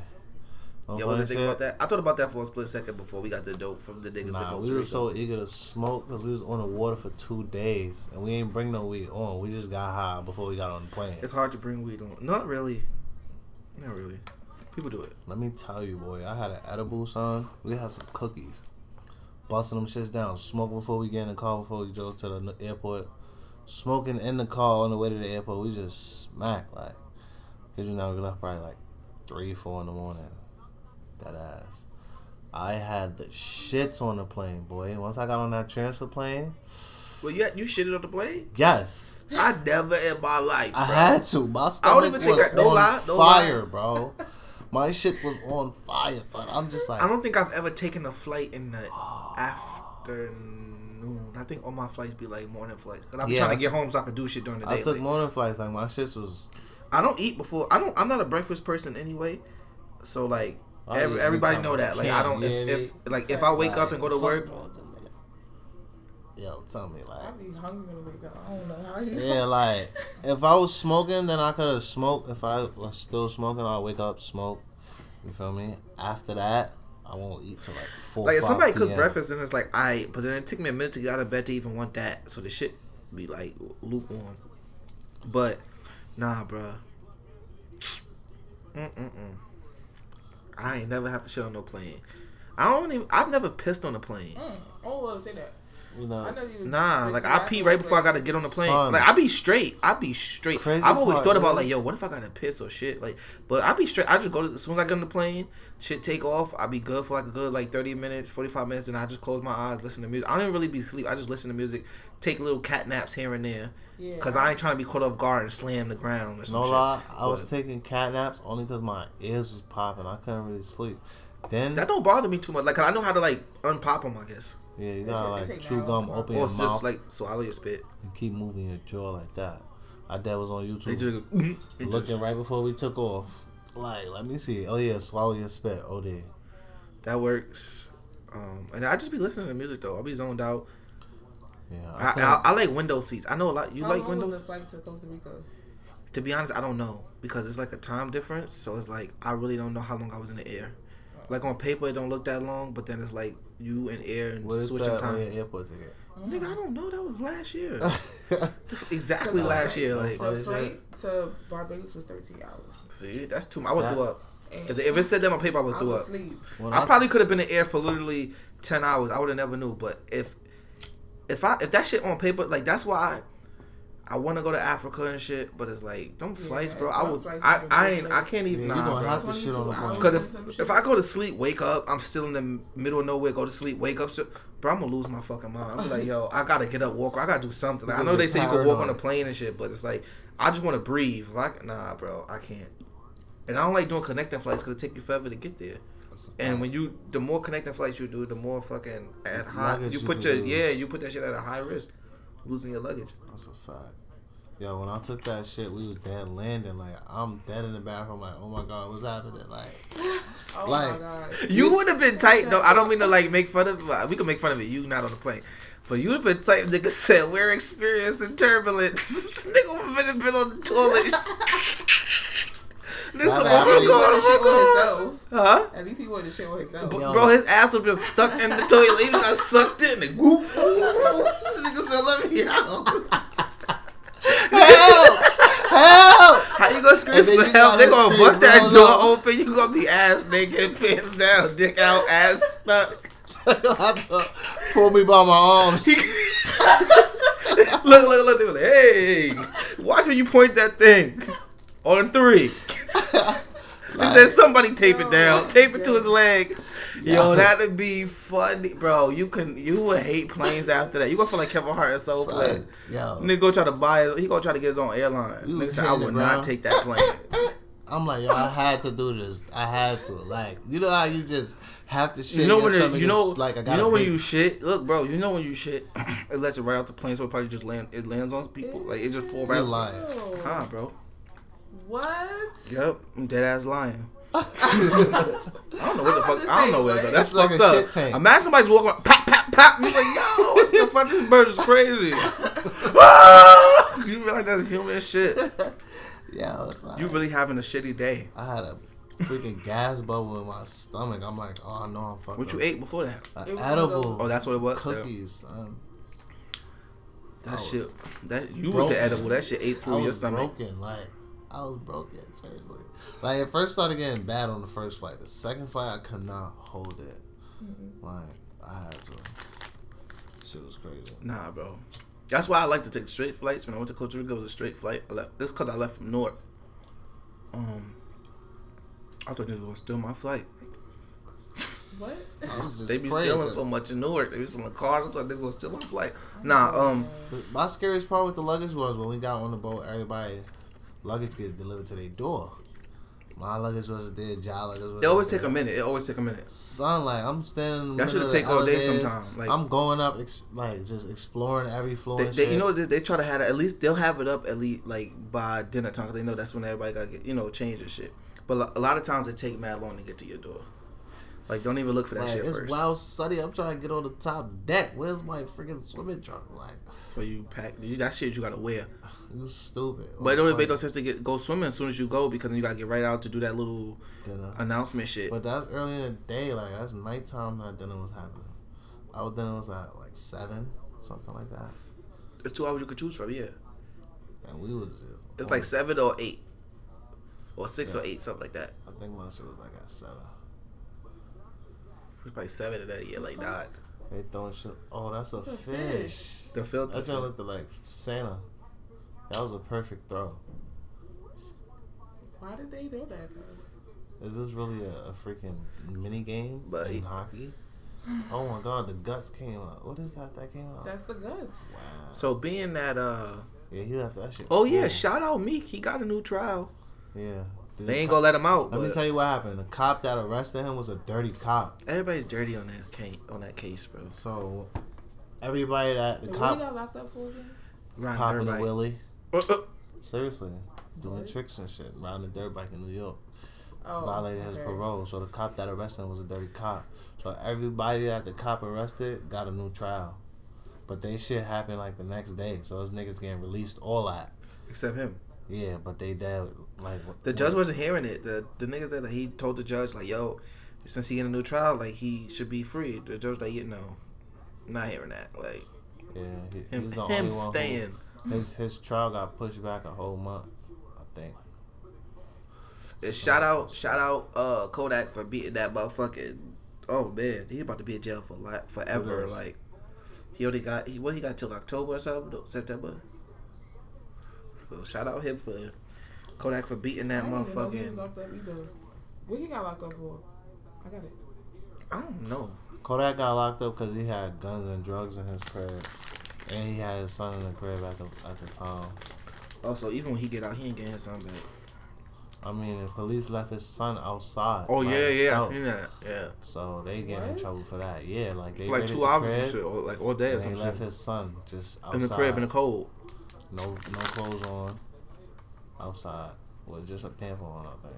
S3: Don't
S4: Yeah, I wasn't
S3: funny
S4: thinking about
S3: shit?
S4: that. I thought about that for a split second before we got the dope from the niggas.
S3: Nah,
S4: in
S3: we
S4: Costa
S3: were
S4: Rica.
S3: so eager to smoke because we was on the water for two days and we ain't bring no weed on. We just got high before we got on the plane.
S4: It's hard to bring weed on. Not really. Not really. People do it.
S3: Let me tell you, boy, I had an edible son. We had some cookies. Busting them shits down. Smoke before we get in the car, before we drove to the n- airport. Smoking in the car on the way to the airport. We just smacked, like. Because, you know, we left probably like 3, 4 in the morning. That ass. I had the shits on the plane, boy. Once I got on that transfer plane,
S4: Well, yeah, you shitted on the plane.
S3: yes,
S4: I never in my life.
S3: I
S4: bro.
S3: had to. My stomach
S4: even think
S3: was
S4: I- no
S3: on
S4: lie, no lie.
S3: fire, bro. My shit was on fire, but I'm just like,
S4: I don't think I've ever taken a flight in the afternoon. I think all my flights be like morning flights. Cause I'm
S3: Yeah,
S4: trying
S3: I
S4: to get home so I can do shit during the day.
S3: I took
S4: like-
S3: morning flights. Like my shits was.
S4: I don't eat before. I don't. I'm not a breakfast person anyway. So like,
S3: Oh, yeah,
S4: every,
S3: you
S4: everybody
S3: talking
S4: know
S3: about
S4: that. Like, I
S3: Kim,
S4: don't.
S3: you
S4: If,
S3: hear me?
S4: if like if I wake up and go to work,
S3: Yo, tell me
S2: I
S3: like.
S2: be hungry when I wake up. I don't know how you.
S3: <laughs> Yeah, like if I was smoking, then I could have smoked. If I was still smoking, I'll wake up, smoke. You feel me? After that, I won't eat till like four.
S4: like if
S3: 5
S4: somebody cooks
S3: PM.
S4: breakfast and it's like, I. but then it took me a minute to get out of bed to even want that. So the shit be like lukewarm. But nah, bruh. Mm mm mm. I ain't never have to shit on no plane. I don't even. I've never pissed on a plane.
S2: <laughs> Mm, oh, well, say that.
S3: you
S2: I
S3: know,
S2: know you.
S4: Nah, like I pee right before I gotta get on the plane.
S3: Son.
S4: Like I be straight. I be straight.
S3: Crazy
S4: I've always
S3: part
S4: thought about like,
S3: is-
S4: yo, what if I gotta piss or shit? Like, but I be straight. I just go to, as soon as I get on the plane, shit take off. I be good for like a good like thirty minutes, forty five minutes, and I just close my eyes, listen to music. I don't even really be sleep. I just listen to music, take little cat naps here and there,
S2: Yeah.
S4: cause I ain't trying to be caught off guard and slam the ground. Or some
S3: no
S4: shit.
S3: lie, I was
S4: But
S3: taking cat naps only because my ears was popping. I couldn't really sleep. Then
S4: That don't bother me too much. Like, 'cause I know how to like unpop them, I guess,
S3: yeah, you
S2: shit
S3: gotta
S2: can
S3: like
S2: take
S3: chew
S2: hours.
S3: gum, open
S4: or
S3: your
S4: it's
S3: mouth,
S4: just like swallow your spit.
S3: and keep moving your jaw like that. I dad was on YouTube.
S4: They just, <laughs> they just-
S3: looking right before we took off. Like, let me see. Oh yeah, swallow your spit. Oh dear.
S4: That works. Um, and I just be listening to music though. I'll be zoned out.
S3: Yeah.
S4: I,
S3: I,
S4: I, I like window seats. I know a lot. You
S2: How
S4: like
S2: long was
S4: windows?
S2: the flight to Costa Rica?
S4: To be honest, I don't know because it's like a time difference. So it's like I really don't know how long I was in the air. Like on paper, it don't look that long, but then it's like you in air and
S3: what is
S4: switching
S3: that Oh, on
S4: time.
S3: your airport
S4: <laughs>
S3: ticket?
S4: Nigga, I don't know. That was
S3: <laughs>
S4: last year. exactly
S2: Cause
S4: last
S2: I-
S4: year.
S3: I
S4: Like,
S3: Oh,
S2: The
S3: is
S2: flight to Barbados was 13 hours.
S4: see, that's too. much. I would
S3: That-
S4: threw up.
S2: And
S4: If, if it said that on paper, I would
S2: I
S4: threw
S2: was
S4: up.
S2: asleep.
S3: <laughs> When
S4: I probably could have been in the air for literally ten hours, I would have never knew. But if if I if that shit on paper, like that's why I, I want to go to Africa and shit. But it's like them
S2: Yeah,
S4: flights, bro. I
S2: them
S4: would
S2: flights
S4: I
S2: are
S4: I ain't I
S2: ridiculous.
S4: can't
S3: Yeah,
S4: even.
S3: you
S4: nah,
S3: gonna
S4: bro.
S3: have to shit on the
S2: 22 hours.
S3: plane.
S4: Because
S2: Some
S4: if,
S2: shit.
S4: if I go to sleep, wake up, I'm still in the middle of nowhere, go to sleep, wake up, so- bro, I'm going to lose my fucking mind. I'm like, yo, I got to get up, walk, I got to do something. Like, I
S3: You're
S4: know
S3: gonna
S4: they
S3: get
S4: say you can walk on a
S3: paranoid.
S4: plane and shit, but it's like, I just want to breathe. Like, nah, bro, I can't. And I don't like doing connecting flights because it take you forever to get there. And when you, the more connecting flights you do, the more fucking at high,
S3: Luggage
S4: you
S3: you
S4: put
S3: could
S4: your,
S3: lose.
S4: yeah, you put that shit at a high risk, losing your luggage.
S3: That's a fact. Yo, when I took that shit, we was dead landing. Like I'm dead in the bathroom. Like, oh my god, what's happening? Like, <laughs>
S2: Oh
S3: Like-
S2: my god.
S4: You would have been tight. No, I don't mean to like make fun of. uh, We can make fun of it. You not on the plane, but you would have been tight. Nigga said we're experiencing turbulence. <laughs> nigga would have been on the
S3: <laughs>
S4: toilet. This
S3: Nah,
S4: is
S3: nah,
S4: oh
S3: I
S2: At
S4: my
S2: least he
S3: really-
S4: god,
S2: wanted to shit
S4: oh my
S2: on
S4: god.
S2: himself.
S4: Huh?
S2: At least he wanted to shit on himself.
S3: But- Yo.
S4: Bro, his ass would have been stuck in the toilet. He was like sucked in and
S3: <laughs>
S4: goop. Nigga said, "Let me <laughs> out."
S3: help! help!
S4: How you gonna scream
S3: And then
S4: for
S3: you
S4: help?
S3: gotta
S4: They gonna
S3: scream
S4: bust that
S3: real
S4: door
S3: low.
S4: open. You gonna be ass naked, pants down, dick out, ass stuck.
S3: <laughs> Pull me by my arms. <laughs>
S4: He- <laughs> look, look, look. They were like, hey, watch when you point that thing on three. and then somebody tape
S3: <laughs>
S4: it down, tape it to his leg. Yo,
S3: Yo.
S4: that'd be funny, bro. You can, you would hate planes after that. You gonna feel like Kevin Hart is so quick.
S3: Son, yo,
S4: Nigga go try to buy it. He gonna try to get his own airline.
S3: We was
S4: Nigga, said, I
S3: hitting
S4: would
S3: the
S4: not
S3: ground.
S4: take that plane.
S3: I'm like, yo, I had to do this. I had to. Like, you know how you just have to <laughs> shit.
S4: you know
S3: your
S4: when it,
S3: stomach
S4: you know
S3: is like I
S4: you
S3: got.
S4: know when you shit. Look, bro, you know when you shit, <clears throat> it lets it right off the plane, so it probably just land. It lands on people. Like it just falls
S3: you
S4: right. off. <laughs>
S3: lying.
S2: Ew.
S4: Huh, bro.
S2: Oh, What?
S4: Yep, I'm dead ass lying.
S3: That's
S4: I don't know what the
S2: I'm about
S4: fuck.
S2: to
S4: I don't
S2: say,
S4: know what it is.
S2: what?
S4: That's
S3: It's like
S4: fucked
S3: a
S4: up.
S3: shit tank.
S4: Imagine somebody's walking around, pop, pop, pop. You're like, yo, what the fuck? This bird is crazy. Ah! you realize that's human shit.
S3: yo, it's like
S4: You really having a shitty day.
S3: I had a freaking gas bubble in my stomach. I'm like, oh, I know I'm fucking.
S4: What you ate before that?
S3: An
S2: It was one of those-
S3: edible.
S4: Oh, that's what it was. Yeah.
S3: cookies. Son.
S4: That
S3: I was
S4: shit. That you with
S3: broken.
S4: the edible. That shit ate
S3: I
S4: through your
S3: was
S4: stomach.
S3: broken. Like I was broken. Seriously. Like it first started getting bad on the first flight. The second flight, I could not hold it. Like I had to. Shit was crazy.
S4: Nah, bro. That's why I like to take straight flights. When I went to Costa Rica, it was a straight flight. I left. This because I left from North. Um, I thought they were gonna steal my flight.
S2: What?
S3: I was just
S4: They be
S3: praying
S4: stealing
S3: that-
S4: so much in Newark. They be stealing cars. I thought they were gonna steal my flight. Nah, um,
S3: My scariest part with the luggage was when we got on the boat, everybody luggage gets delivered to their door. My luggage wasn't there, Jai luggage wasn't
S4: they always
S3: there.
S4: take a minute. It always take a minute.
S3: Son, like I'm standing. in the
S4: That
S3: middle
S4: should've
S3: of the
S4: take all day
S3: elevators.
S4: sometime, like-
S3: I'm going up, ex- like just exploring every floor.
S4: They,
S3: and
S4: they,
S3: shit.
S4: you know, they, they try to have it, at least they'll have it up at least like by dinner time. 'cause they know that's when everybody got to get you know change and shit. But lo- a lot of times it take mad long to get to your door. Like don't even look for that
S3: like
S4: shit
S3: it's
S4: first.
S3: wild sunny. I'm trying to get on the top deck. Where's my freaking swimming trunk? Like
S4: So you pack you, that shit you gotta wear.
S3: you stupid.
S4: But it
S3: Or,
S4: don't make no
S3: like,
S4: sense to get go swimming as soon as you go because then you gotta get right out to do that little
S3: dinner.
S4: announcement shit.
S3: But that's early in the day. Like that's nighttime that dinner was happening. Our dinner was at like seven, something like that,
S4: It's two hours you could choose from, yeah.
S3: and we was.
S4: It's like seven or eight. Or six or eight, something like that.
S3: I think my shit was like at seven.
S4: It's probably seven of that, yeah, like that.
S3: They throwing shit. Oh, that's a
S2: The
S3: fish.
S2: fish.
S4: The filter.
S3: That joint looked like Santa. That was a perfect throw.
S2: <laughs> Why did they throw that though?
S3: Is this really a, a freaking mini game
S4: But-
S3: in hockey? Oh my god, the guts came out. What is that that came out?
S2: That's the guts.
S3: wow.
S4: So being that uh
S3: Yeah, he left that shit.
S4: oh yeah,
S3: full.
S4: shout out Meek, he got a new trial.
S3: yeah. The
S4: They ain't
S3: cop-
S4: gonna let him out.
S3: Let me
S4: but
S3: tell you what happened. The cop that arrested him was a dirty cop.
S4: everybody's dirty on that case on that case, bro.
S3: So everybody that the
S2: And what he
S3: cop
S2: got locked up for again?
S4: Ron
S3: popping a
S4: Everybody.
S3: willy.
S4: Uh, uh,
S3: Seriously, doing
S2: What?
S3: tricks and shit, riding the dirt bike in New York.
S2: Oh,
S3: violated his
S2: okay.
S3: parole. So the cop that arrested him was a dirty cop. So everybody that the cop arrested got a new trial. But they shit happened like the next day. So those niggas getting released all that.
S4: except him.
S3: Yeah, but they dead like
S4: The judge wasn't hearing it. The the nigga said that he told the judge like, "Yo, since he in a new trial, like he should be free." The judge like, "You know, not hearing that." Like
S3: Yeah, he,
S4: him,
S3: he's the
S4: him
S3: only one. Staying.
S4: staying.
S3: his his trial got pushed back a whole month, I think.
S4: And shout out, shout out, uh, Kodak for beating that motherfucking oh man, he about to be in jail for like forever.
S3: Who knows?
S4: Like he only got he what he got till October or something, no, September. So shout out him for Kodak for beating that
S2: I didn't even know he was
S4: motherfucking.
S2: locked up either. What he got locked up for? I got it.
S4: I don't know.
S3: Kodak got locked up because he had guns and drugs in his crib, and he had his son in the crib at the at the time.
S4: Also, even when he get out, he ain't getting his son back.
S3: I mean, the police left his son outside.
S4: Oh
S3: by
S4: yeah, yeah, I
S3: himself,
S4: seen that. Yeah,
S3: So they get in
S2: What?
S3: trouble for that. Yeah, like they
S4: for like
S3: raided
S4: two
S3: the
S4: hours
S3: crib,
S4: and shit, or like all day or
S3: and they
S4: something.
S3: left his son just outside.
S4: In the crib in the cold.
S3: no, no clothes on. Outside with just a pamper on, I think.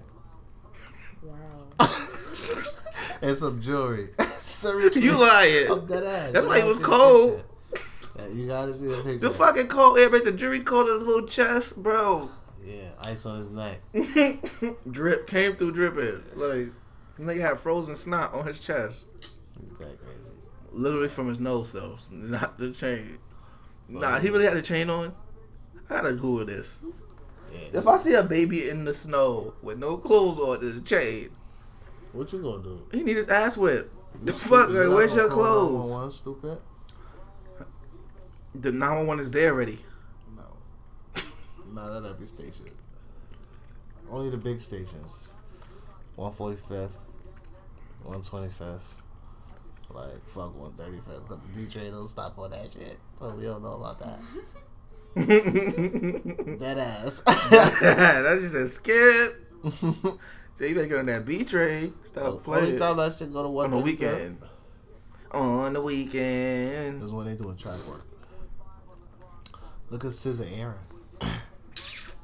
S2: Wow.
S4: <laughs>
S3: and some jewelry. <laughs> Seriously.
S4: <laughs>
S3: <laughs>
S4: You lying?
S3: I'm dead ass.
S4: That's
S3: You
S4: why he
S3: gotta
S4: was
S3: see the
S4: cold.
S3: picture. Yeah, You gotta see the picture.
S4: The fucking cold air, made the jury cold in his little chest, bro.
S3: Yeah, ice on his neck.
S4: <laughs> Drip came through dripping. Like nigga had frozen snot on his chest.
S3: He's that crazy.
S4: Literally from his nose though. Not the chain.
S3: So-
S4: nah, he really had a chain on. I gotta Google this.
S3: Yeah.
S4: If I see a baby in the snow with no clothes on and a chain,
S3: What you gonna do?
S4: he need his ass whipped.
S3: <laughs>
S4: The fuck,
S3: You
S4: like,
S3: not
S4: where's
S3: gonna
S4: your
S3: call
S4: clothes?
S3: 911, stupid.
S4: The 911 is there already. <laughs>
S3: No. Not at every station. Only the big stations. 145th, 125th, like fuck 135th, because the D train don't stop on that shit. So we don't know about
S4: <laughs>
S3: that. Dead ass. <laughs>
S4: that just a skip.
S3: Only
S4: So you better get on that B train. Stop playing.
S3: time that shit go to
S4: on
S3: one
S4: the weekend. On the weekend.
S3: is when they doing track work. Look at Scissor Aaron.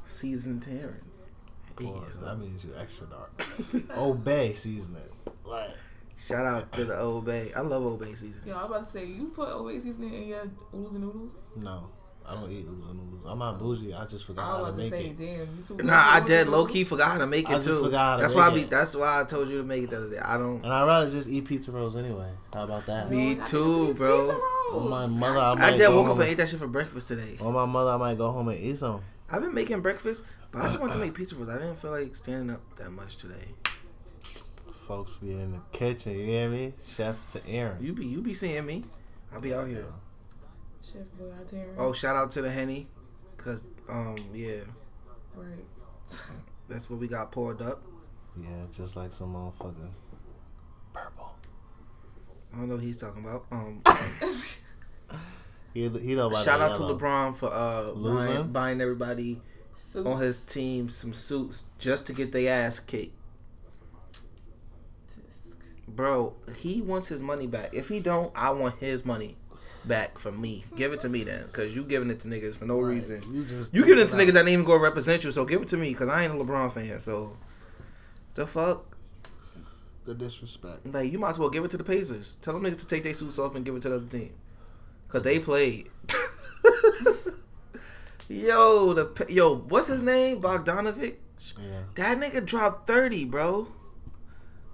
S4: Season Terran.
S3: Pause. That means you extra dark. Obey season it. Like
S4: <laughs> Shout out to the Old Bay. I love Old Bay season.
S2: yeah, I was about to say you put away seasoning in your oodles and noodles.
S3: No, I don't eat noodles. and noodles. I'm not bougie. I just forgot
S2: I
S3: how
S2: was
S3: to
S2: about to
S3: make
S2: say,
S3: it.
S2: damn, you too.
S4: Nah, I did low key forgot how to make it
S3: I just
S4: too.
S3: forgot how to
S4: that's
S3: make
S4: why I be,
S3: it.
S4: that's why I told you to make it the other day. I don't.
S3: And I'd rather just eat pizza rolls anyway. How about that?
S4: Me too, bro.
S3: On my mother, I might
S4: I did
S3: go
S4: woke up
S3: home.
S4: and ate
S3: And,
S4: that shit for breakfast today.
S3: on my mother, I might go home and eat some.
S4: I've been making breakfast, but I just wanted to make pizza rolls. I didn't feel like standing up that much today.
S3: Folks be in the kitchen. You hear me? Chef to Aaron.
S4: You be you be seeing me. I'll be out here.
S2: Chef Boyardee. Terry.
S4: Oh, shout out to the Henny, cause um yeah,
S2: right.
S4: that's what we got poured up.
S3: Yeah, just like some motherfucker. Purple.
S4: I don't know what he's talking about. Um,
S3: He he know <laughs> about
S4: shout
S3: that
S4: out
S3: yellow.
S4: to LeBron for uh
S3: Losing?
S4: buying, buying everybody
S2: Soup.
S4: <laughs> on his team some suits just to get their ass kicked.
S2: Tisk.
S4: Bro, he wants his money back. If he don't, I want his money back from me. Give it to me then, cause you giving it to niggas for no
S3: Like,
S4: reason.
S3: You just
S4: You giving it to
S3: took
S4: niggas
S3: out.
S4: that ain't even gonna represent you, so give it to me, cause I ain't a LeBron fan. So, the fuck.
S3: the disrespect.
S4: Like you might as well give it to the Pacers. Tell them niggas to take their suits off and give it to the other team, cause they played. <laughs> yo, the Pa- yo, what's his name? Bogdanovic.
S3: Yeah.
S4: That nigga dropped thirty, bro.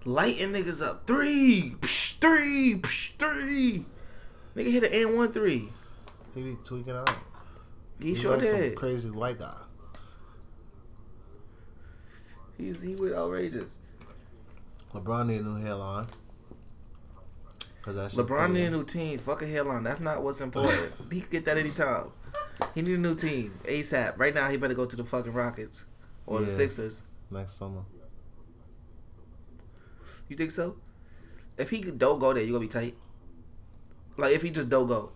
S4: Lighting niggas up three, psh, three, psh, three. Nigga hit an and one three.
S3: He be tweaking out.
S4: He
S3: He's
S4: sure
S3: like some
S4: did.
S3: crazy white guy.
S4: He's he was outrageous.
S3: LeBron need a new hairline. Cause that shit
S4: LeBron need a
S3: faded.
S4: new team. Fuck a hairline. That's not what's important. he can get that anytime. He need a new team ASAP. Right now, he better go to the fucking Rockets or the
S3: Yeah.
S4: Sixers.
S3: next summer.
S4: You think so? If he don't go there, you gonna be tight. Like if he just don't go,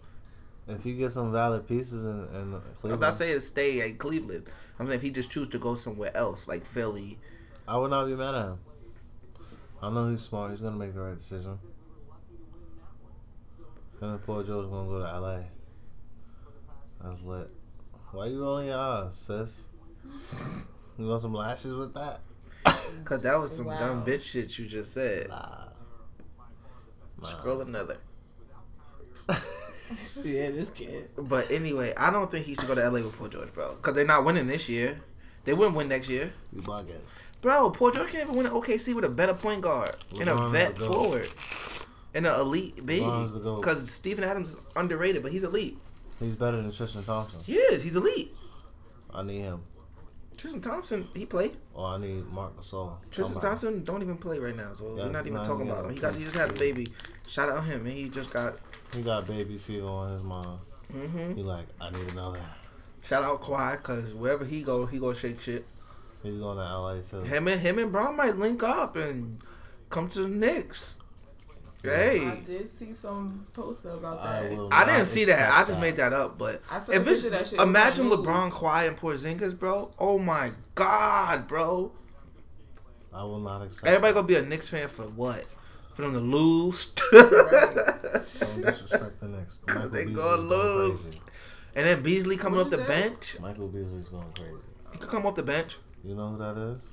S3: If you get some valid pieces in, in
S4: I'm
S3: Cleveland,
S4: not saying stay at Cleveland. I'm saying if he just choose to go somewhere else, like Philly.
S3: I would not be mad at him. I know he's smart. He's gonna make the right decision. And then poor Joe's gonna go to LA. That's lit. Why you rolling your eyes, sis? You want some lashes with that?
S4: Cause that was some
S2: Wow.
S4: dumb bitch shit you just said.
S3: Nah.
S4: Scroll
S3: Nah.
S4: another.
S3: <laughs> yeah, this kid.
S4: But anyway, I don't think he should go to LA with Paul George, bro. Cause they're not winning this year. They wouldn't win next year,
S3: You bugging.
S4: bro. Paul George can't even win at OKC with a better point guard and a
S3: LeBron is
S4: vet
S3: the GOAT.
S4: forward and an elite big.
S3: LeBron's the GOAT.
S4: Cause Stephen Adams is underrated, but he's elite.
S3: He's better than Tristan Thompson.
S4: He is. He's elite.
S3: I need him.
S4: Tristan Thompson, he played.
S3: Oh, I need Mark Gasol.
S4: Tristan
S3: Somebody.
S4: Thompson don't even play right now, so
S3: Yeah,
S4: we're not
S3: he's
S4: even
S3: not
S4: talking
S3: even
S4: about him. He,
S3: gonna
S4: got, he
S3: play.
S4: just had a baby. Shout out him, and he just got.
S3: He got baby fever on his mom.
S4: hmm
S3: He like, I need another.
S4: Shout out Kawhi, cause wherever he go, he gonna shake shit.
S3: He's going to LA too.
S4: Him and him and Brown might link up and come to the Knicks.
S2: I
S4: Hey,
S2: did see some poster about
S3: I,
S2: that.
S3: will
S4: I
S3: not
S4: didn't see that.
S3: accept
S4: I just made that up, but
S2: I took a
S4: if it's,
S2: picture of that shit. It was
S4: imagine
S2: on news.
S4: LeBron, Kawhi, and Porzingis, bro. Oh my God, bro.
S3: I will not accept.
S4: Everybody gonna be a Knicks fan for what? For them to lose, <laughs>
S2: Right.
S3: Don't disrespect the Knicks. Michael
S4: They
S3: Beasley's
S4: gonna
S3: going
S4: lose.
S3: crazy.
S4: and then Beasley coming
S2: What'd
S4: off
S2: you
S4: the
S2: say?
S4: bench.
S3: Michael Beasley's going crazy.
S4: He could come off the bench.
S3: You know who that is?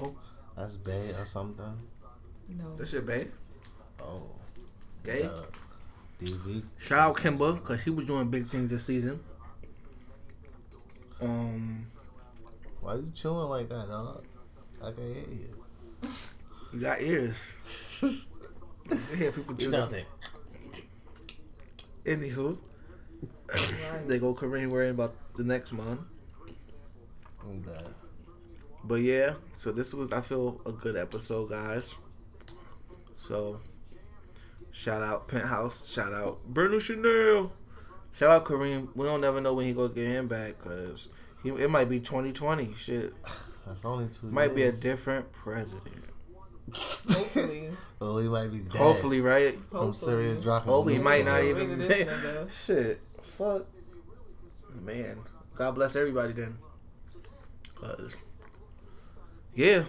S4: No,
S3: That's Bay or something.
S2: No.
S4: that shit, babe.
S3: Oh,
S4: Gay.
S3: uh, DV.
S4: Shout out Kimba because he was doing big things this season. Um,
S3: Why you chewing like that, dog? I can hear you.
S4: <laughs> you got ears. you hear people chew. Anywho,
S2: Right.
S4: they go Kareem worrying about the next month.
S3: I'm dead.
S4: But yeah, so this was I feel a good episode, guys. So shout out Penthouse, shout out Bruno Chanel, shout out Kareem. We don't never know when he gonna get him back because he it might be 2020. Shit,
S3: That's only two.
S4: might be a
S3: <laughs> years.
S4: different president.
S2: Hopefully.
S3: Oh, he might be dead.
S4: Hopefully, right?
S3: From
S2: Hopefully.
S3: Syria dropping.
S4: Oh, we
S3: nukes
S4: might
S3: on
S4: not
S3: him.
S2: Get
S4: even-
S2: rid of this nigga.
S4: <laughs> Shit, fuck, man. God bless everybody then. 'Cause- yeah,